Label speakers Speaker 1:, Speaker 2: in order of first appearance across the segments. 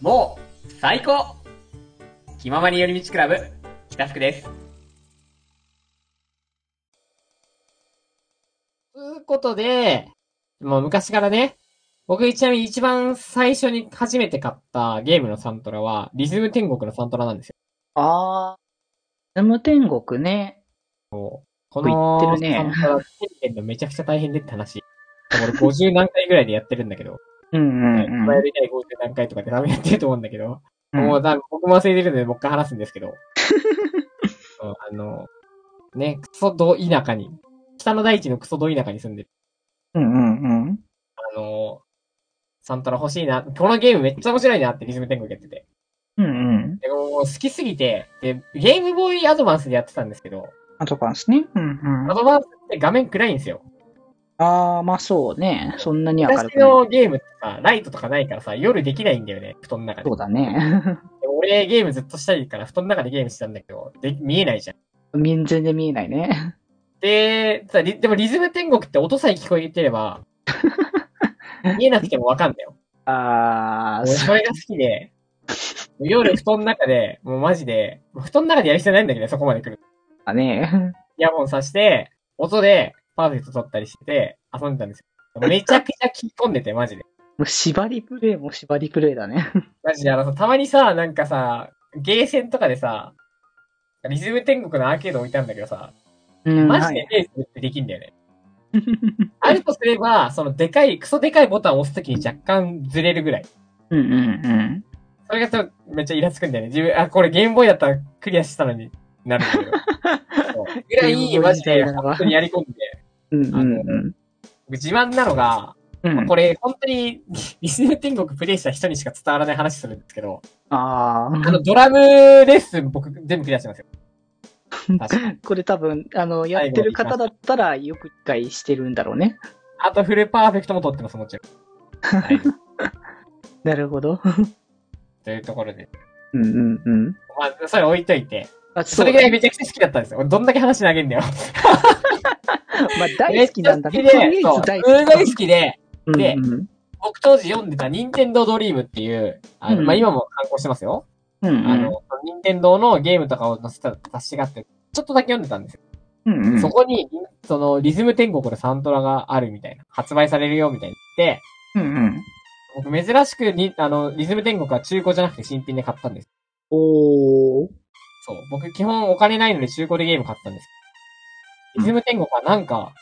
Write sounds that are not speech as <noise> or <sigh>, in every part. Speaker 1: もう、最高気ままに寄り道クラブ、北福です。ということで、もう昔からね、僕ちなみに一番最初に初めて買ったゲームのサントラは、リズム天国のサントラなんですよ。
Speaker 2: あー。ズム天国ね。
Speaker 1: こ
Speaker 2: 言
Speaker 1: の
Speaker 2: ってるね
Speaker 1: サントラ、手に入れるのめちゃくちゃ大変でって話。俺50何回ぐらいでやってるんだけど、
Speaker 2: うん
Speaker 1: 前
Speaker 2: うんうん
Speaker 1: より第50何回とかで多分やってると思うんだけど、
Speaker 2: うん。
Speaker 1: もうだ、僕も忘れてるので、もう一回話すんですけ
Speaker 2: <laughs>
Speaker 1: ど。そうあの、ね、クソど田舎に、北の大地のクソど田舎に住んでる。
Speaker 2: うんうんうん。
Speaker 1: あの、サントラ欲しいな。このゲームめっちゃ面白いなってリズム天国やってて。
Speaker 2: うんうん。
Speaker 1: でもう好きすぎて、で、ゲームボーイアドバンスでやってたんですけど、
Speaker 2: アドバンスね。うんう
Speaker 1: ア
Speaker 2: ん。
Speaker 1: ドバンスって画面暗いんですよ。
Speaker 2: あー、まあそうね。そんなに明る
Speaker 1: 昔
Speaker 2: くない。
Speaker 1: のゲームってさ、ライトとかないからさ、夜できないんだよね、布団の中で
Speaker 2: そう。だね。 <laughs>
Speaker 1: で俺ゲームずっとしたいから、布団の中でゲームしてたんだけど、で見えないじゃん。
Speaker 2: 見え全然見えないね。
Speaker 1: で、さリでもリズム天国って音さえ聞こえてれ
Speaker 2: <laughs>
Speaker 1: ば、見えなくてもわかんだよ。
Speaker 2: あー、
Speaker 1: 俺それが好きで、夜布団の中で、もうマジで、布団の中でやる必要ないんだけどね、そこまで来る。
Speaker 2: うだね。
Speaker 1: イヤホンさして、音でパーフェクト撮ったりしてて、遊んでたんですよ。めちゃくちゃ聞き込んでて、マジで。
Speaker 2: もう縛りプレイも縛りプレイだね。
Speaker 1: マジで、あのさ、たまにさ、なんかさ、ゲーセンとかでさ、リズム天国のアーケード置いたんだけどさ、
Speaker 2: うん
Speaker 1: マジ
Speaker 2: は
Speaker 1: で
Speaker 2: い
Speaker 1: ゲーするってできんだよね。あるとすれば、そのでかい、クソでかいボタンを押すときに若干ずれるぐらい。
Speaker 2: うんうんうん。
Speaker 1: それがちょっとめっちゃイラつくんだよね。自分、あ、これゲームボーイだったらクリアしたのになるんだけど。そうぐら
Speaker 2: <laughs> ゲームボー
Speaker 1: い、
Speaker 2: イ
Speaker 1: マジで
Speaker 2: みたいなのが
Speaker 1: 本当にやり込んで、
Speaker 2: うんうん
Speaker 1: 僕自慢なのが、
Speaker 2: うん。うん
Speaker 1: これ本当にリスネ天国プレイした人にしか伝わらない話するんですけど、
Speaker 2: あ
Speaker 1: あ
Speaker 2: ー。
Speaker 1: のドラムレッスン僕全部クリアしてますよ。確
Speaker 2: <laughs>
Speaker 1: か
Speaker 2: これ多分、あの、やってる方だったらよく理解してるんだろうね。
Speaker 1: あとフルパーフェクトも取ってます、もちろん。
Speaker 2: <laughs>
Speaker 1: はい。
Speaker 2: なるほど。
Speaker 1: というところで。
Speaker 2: うんうんうん。
Speaker 1: まあ、それ置いといて。
Speaker 2: あ
Speaker 1: それぐらいめちゃくちゃ好きだったんですよ。俺どんだけ話投げんだよ。
Speaker 2: <laughs> まあ、大好きなんだね。
Speaker 1: めっ
Speaker 2: と
Speaker 1: ちゃ好き
Speaker 2: り
Speaker 1: で、
Speaker 2: あ
Speaker 1: そ
Speaker 2: え
Speaker 1: うす
Speaker 2: ず大
Speaker 1: ごい
Speaker 2: 好き。
Speaker 1: 好きで、
Speaker 2: うんうん
Speaker 1: 僕当時読んでた任天堂ドリームっていう、あの、
Speaker 2: うん
Speaker 1: まあ、今も刊行してますよ。
Speaker 2: うんうん
Speaker 1: あの、任天堂のゲームとかを載せた雑誌があって、ちょっとだけ読んでたんですよ。
Speaker 2: うんうん
Speaker 1: そこに、その、リズム天国のサントラがあるみたいな、発売されるよみたいに言って、
Speaker 2: うんうん。
Speaker 1: 僕珍しくに、あの、リズム天国は中古じゃなくて新品で買ったんです。
Speaker 2: おー。
Speaker 1: そう。僕基本お金ないので中古でゲーム買ったんです。リズム天国はなんか、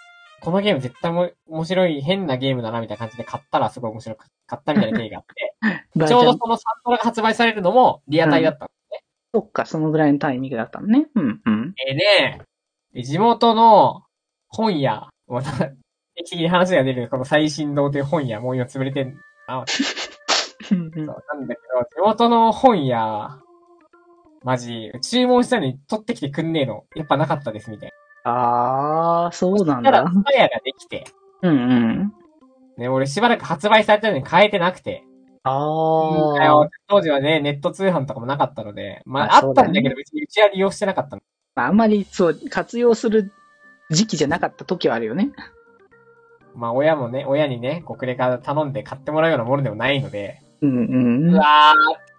Speaker 1: このゲーム絶対も面白い変なゲームだなみたいな感じで買ったらすごい面白く買ったみたいな経緯があって、
Speaker 2: ま
Speaker 1: <laughs>
Speaker 2: あ
Speaker 1: ちょうどそのサントラが発売されるのもリアタイだったの。
Speaker 2: そっか、そのぐらいのタイミングだったのね。うんうん。
Speaker 1: ええねで地元の本屋、ま <laughs> た、定期的に話が出る、この最新堂という本屋、もう今潰れてんな、そ
Speaker 2: うんう
Speaker 1: うんなんだけど、地元の本屋、マジ、注文したのに取ってきてくんねえの、やっぱなかったです、みたい
Speaker 2: あー、そうな
Speaker 1: な。
Speaker 2: ん
Speaker 1: ただ、
Speaker 2: だ。
Speaker 1: スパヤができて、
Speaker 2: うんうん。
Speaker 1: ね、俺しばらく発売されたのに変えてなくて、うんだ
Speaker 2: あー
Speaker 1: よ。当時はね、ネット通販とかもなかったので、まあ、
Speaker 2: あ
Speaker 1: あったん
Speaker 2: そうだ
Speaker 1: だけ
Speaker 2: ね
Speaker 1: ど、別にうちは利用してなかったの。
Speaker 2: まあ、あんまり、そう、活用する時期じゃなかった時はあるよね。
Speaker 1: まあ親もね、親にね、こうクレカ頼んで買ってもらうようなものでもないので、
Speaker 2: うんう。
Speaker 1: うんわー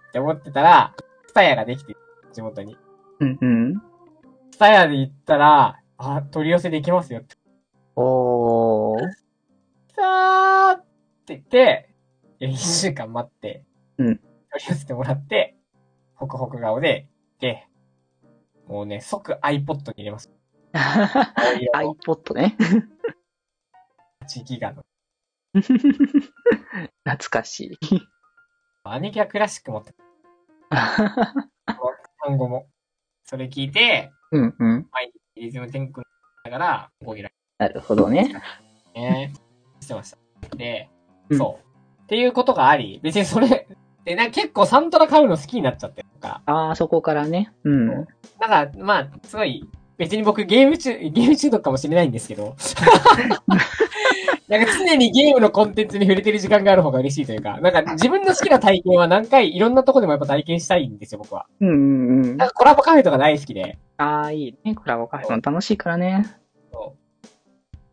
Speaker 1: って思ってたら、スタヤができて、地元に。
Speaker 2: うんうん。
Speaker 1: スタヤで行ったら、あ、取り寄せできますよって。
Speaker 2: おー。
Speaker 1: さーって言って、いや一週間待って、
Speaker 2: うん
Speaker 1: 取り寄せてもらって、ホクホク顔で、で、もうね、即 iPod に入れ
Speaker 2: <laughs>
Speaker 1: ます。青色の
Speaker 2: <laughs> iPod <laughs> ね。
Speaker 1: 8ギガの。
Speaker 2: 懐かしい。
Speaker 1: 兄貴はクラシック持ってた、単語も。それ聞いて、
Speaker 2: <laughs> うんうん。
Speaker 1: 毎日リズム天空だから、5ギガ
Speaker 2: なるほどね。
Speaker 1: ね。してました。で、
Speaker 2: うん
Speaker 1: そう。っていうことがあり、別にそれ、で、なんか結構サントラ買うの好きになっちゃってるか
Speaker 2: ああ、そこからね。うん。
Speaker 1: そうら。なんか、まあ、すごい、別に僕ゲーム中、ゲーム中毒かもしれないんですけど、なんか常にゲームのコンテンツに触れてる時間がある方が嬉しいというか、なんか自分の好きな体験は何回いろんなとこでもやっぱ体験したいんですよ、僕は。
Speaker 2: うんうんうん
Speaker 1: なん。かコラボカフェとか大好きで、
Speaker 2: ああ、いいね。コラボカフェも楽しいからね。
Speaker 1: そう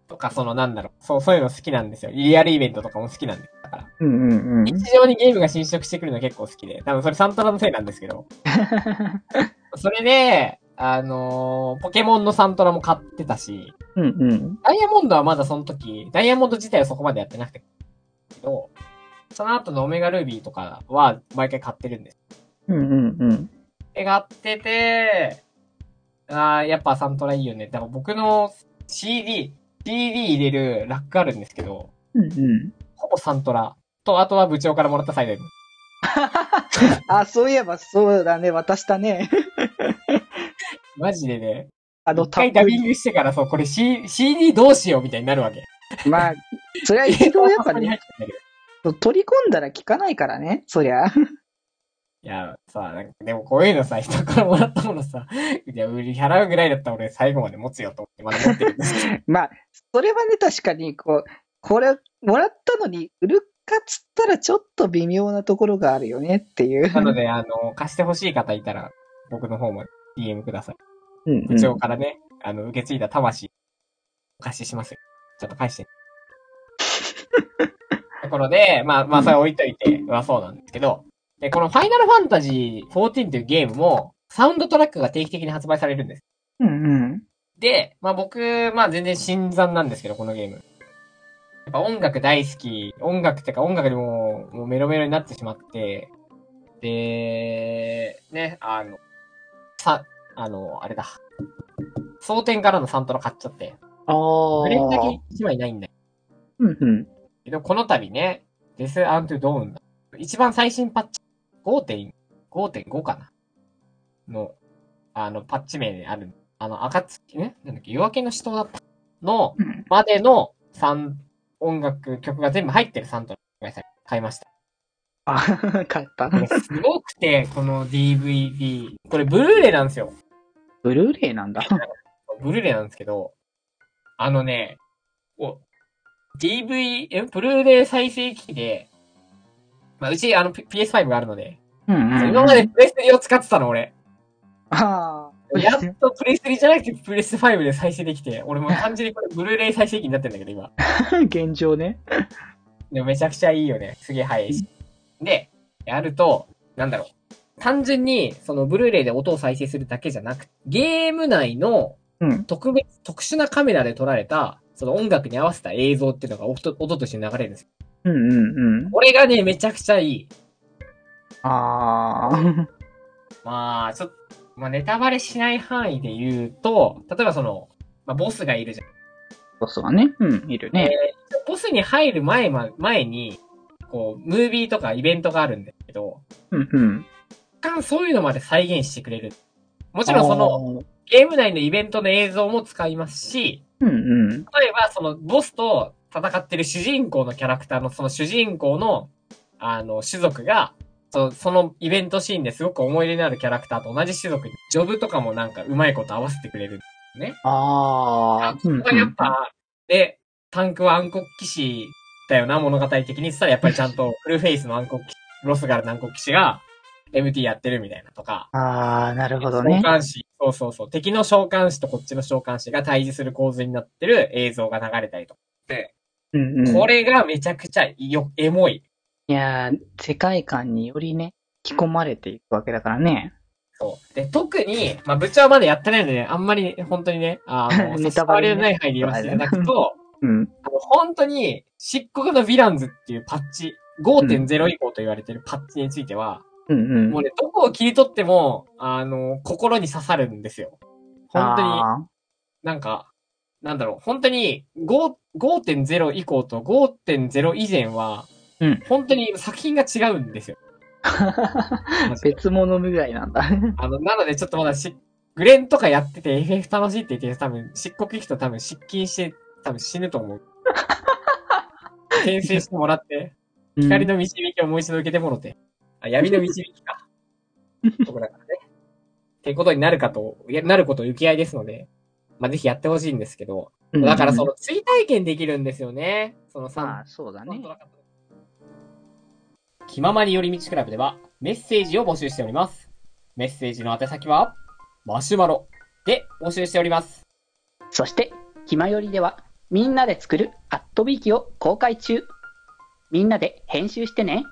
Speaker 1: とかそのなんだろう、そう、そういうの好きなんですよ。リアルイベントとかも好きなんです。ったから。
Speaker 2: うん <laughs> うんうん
Speaker 1: 日。常にゲームが侵食してくるの結構好きで、多分それサントラのせいなんですけど。それで、あのーポケモンのサントラも買ってたし、
Speaker 2: うんうん。
Speaker 1: ダイヤモンドはまだその時、ダイヤモンド自体はそこまでやってなくて、けど、その後のオメガルービーとかは毎回買ってるんです。
Speaker 2: うんうんうん。
Speaker 1: で、買ってて、あーやっぱサントラいいよね。だから僕の CD、CD 入れるラックあるんですけど、
Speaker 2: うんうん。
Speaker 1: ほぼサントラ。と、あとは部長からもらったサイド M。
Speaker 2: あ、そういえばそうだね、渡したね。
Speaker 1: マジでね、
Speaker 2: あの、
Speaker 1: 一回ダビングしてからそう、これ、C、CD どうしようみたいになるわけ。
Speaker 2: まあ、それは一度やっぱ <laughs>
Speaker 1: に入
Speaker 2: ね、
Speaker 1: ってんだけど
Speaker 2: 取り込んだら効かないからね、そりゃ。 <laughs>
Speaker 1: いや、さ、なんかでもこういうのさ、人からもらったものさ、いや、売り払うぐらいだったら俺最後まで持つよと思って、まだ持ってるんですけど
Speaker 2: まあ、それはね、確かに、こう、これ、もらったのに、売るかっつったら、ちょっと微妙なところがあるよねっていう。
Speaker 1: なので、あの、貸してほしい方いたら、僕の方も DM ください。
Speaker 2: うんうん
Speaker 1: 部長からね、あの、受け継いだ魂、お貸ししますよ。ちょっと返して。ところで、まあ、まあ、それ置いといて、まあそうなんですけど、で、このファイナルファンタジー14というゲームも、サウンドトラックが定期的に発売されるんです。
Speaker 2: うんうん。
Speaker 1: で、まあ僕、まあ全然新参なんですけど、このゲーム。やっぱ音楽大好き、音楽ってか音楽でもうもうメロメロになってしまって、で、ね、あの、さ、あの、あれだ。蒼天からのサントラ買っちゃって、
Speaker 2: ああ。
Speaker 1: ブレンだけ一枚ないんだ
Speaker 2: うんうん。
Speaker 1: けど、この度ね、デス・アントゥ・ドーンだ。一番最新パッチ、5.5 5.5かなの、あの、パッチ名である、あの、暁ね、なんだっけ、夜明けの死闘だったの、
Speaker 2: うん
Speaker 1: までの3、音楽、曲が全部入ってるサントラ買いました。
Speaker 2: あ、 <laughs> 買った
Speaker 1: こ。れすごくて、この DVD。これ、ブルーレイなんですよ。
Speaker 2: ブルーレイなんだ。
Speaker 1: ブルーレイなんですけど、あのね、お、DV、え、ブルーレイ再生機器で、まあ、うち、あの、P- PS5 があるので、
Speaker 2: うんうん。
Speaker 1: 今まで。プレステを使ってたの、俺。
Speaker 2: ああ。
Speaker 1: やっとプレステじゃなくてプレステ5で再生できて、俺もう完全にこれブルーレイ再生機になってんだけど、今。
Speaker 2: <laughs> 現状ね。
Speaker 1: でもめちゃくちゃいいよね。すげえ早いし。で、やると、なんだろう。単純に、その、ブルーレイで音を再生するだけじゃなく、ゲーム内の
Speaker 2: うん。
Speaker 1: 特別、特殊なカメラで撮られた、その音楽に合わせた映像っていうのが音音として流れるんですよ。
Speaker 2: うんうんうん。
Speaker 1: これがね、めちゃくちゃいい。
Speaker 2: あ <laughs> あ。
Speaker 1: まあ、ちょっと、まあ、ネタバレしない範囲で言うと、例えばその、まあ、ボスがいるじゃん。
Speaker 2: そうそうね。うん、いるね。
Speaker 1: ボスに入る前ま、前に、こう、ムービーとかイベントがあるんですけど、
Speaker 2: うんうん。
Speaker 1: 一貫そういうのまで再現してくれる。もちろんその、ゲーム内のイベントの映像も使いますし、
Speaker 2: あー。うんうん。
Speaker 1: 例えばそのボスと戦ってる主人公のキャラクターのその主人公の、あの、種族が、そのそのイベントシーンですごく思い入れのあるキャラクターと同じ種族に、ジョブとかもなんかうまいこと合わせてくれるんですよね。
Speaker 2: ああ。うん
Speaker 1: これやっぱ、で、タンクは暗黒騎士だよな、物語的に言ったらやっぱりちゃんとフルフェイスの暗黒騎士、ロスガルの暗黒騎士が MT やってるみたいなとか、
Speaker 2: ああ、なるほど
Speaker 1: 召
Speaker 2: ね。
Speaker 1: 喚士。そうそうそう。敵の召喚士とこっちの召喚士が対峙する構図になってる映像が流れたりとか。
Speaker 2: うんうん。
Speaker 1: これがめちゃくちゃよ、エモい。
Speaker 2: いやー、世界観によりね、引き込まれていくわけだからね。
Speaker 1: そう。で、特に、まあ、部長はまだやってないので、ね、あんまり、本当にね、あの、
Speaker 2: <laughs>
Speaker 1: 差
Speaker 2: ネタ
Speaker 1: し
Speaker 2: バ
Speaker 1: 障り
Speaker 2: レね
Speaker 1: のない範囲で言わせていただくと、
Speaker 2: うん。
Speaker 1: あの本当に、漆黒のヴィランズっていうパッチ、5.0以降と言われてるパッチについては、
Speaker 2: うんうん。
Speaker 1: もうね、どこを切り取っても、あの、心に刺さるんですよ。本当に。
Speaker 2: あ
Speaker 1: なんか、なんだろう、本当に5 5.0以降と5.0以前は、
Speaker 2: うん
Speaker 1: 本当に作品が違うんです
Speaker 2: <laughs>
Speaker 1: よ。
Speaker 2: ー別物ぐらいなんだ。
Speaker 1: あの、なのでちょっとまだし、グレンとかやってて FF 楽しいって言ってる人多分、漆黒行くと多分失禁して、多分死ぬと思
Speaker 2: <laughs>
Speaker 1: う。転生してもらって、光の導きをもう一度受けてもろて。あ、闇の導き
Speaker 2: <laughs>
Speaker 1: か。とこだからね。ってことになるかと、いやなること行き合いですので、まあ、ぜひやってほしいんですけど、
Speaker 2: うん
Speaker 1: だからそ、の追体験できるんですよね。その
Speaker 2: ま
Speaker 1: 3
Speaker 2: あ、そうだ
Speaker 1: 本
Speaker 2: ね
Speaker 1: 当。なかった気ままに寄り道クラブではメッセージを募集しております。メッセージの宛先は、マシュマロで募集しております。
Speaker 2: そして、ひまよりでは、みんなで作るアットビーキを公開中。みんなで編集してね。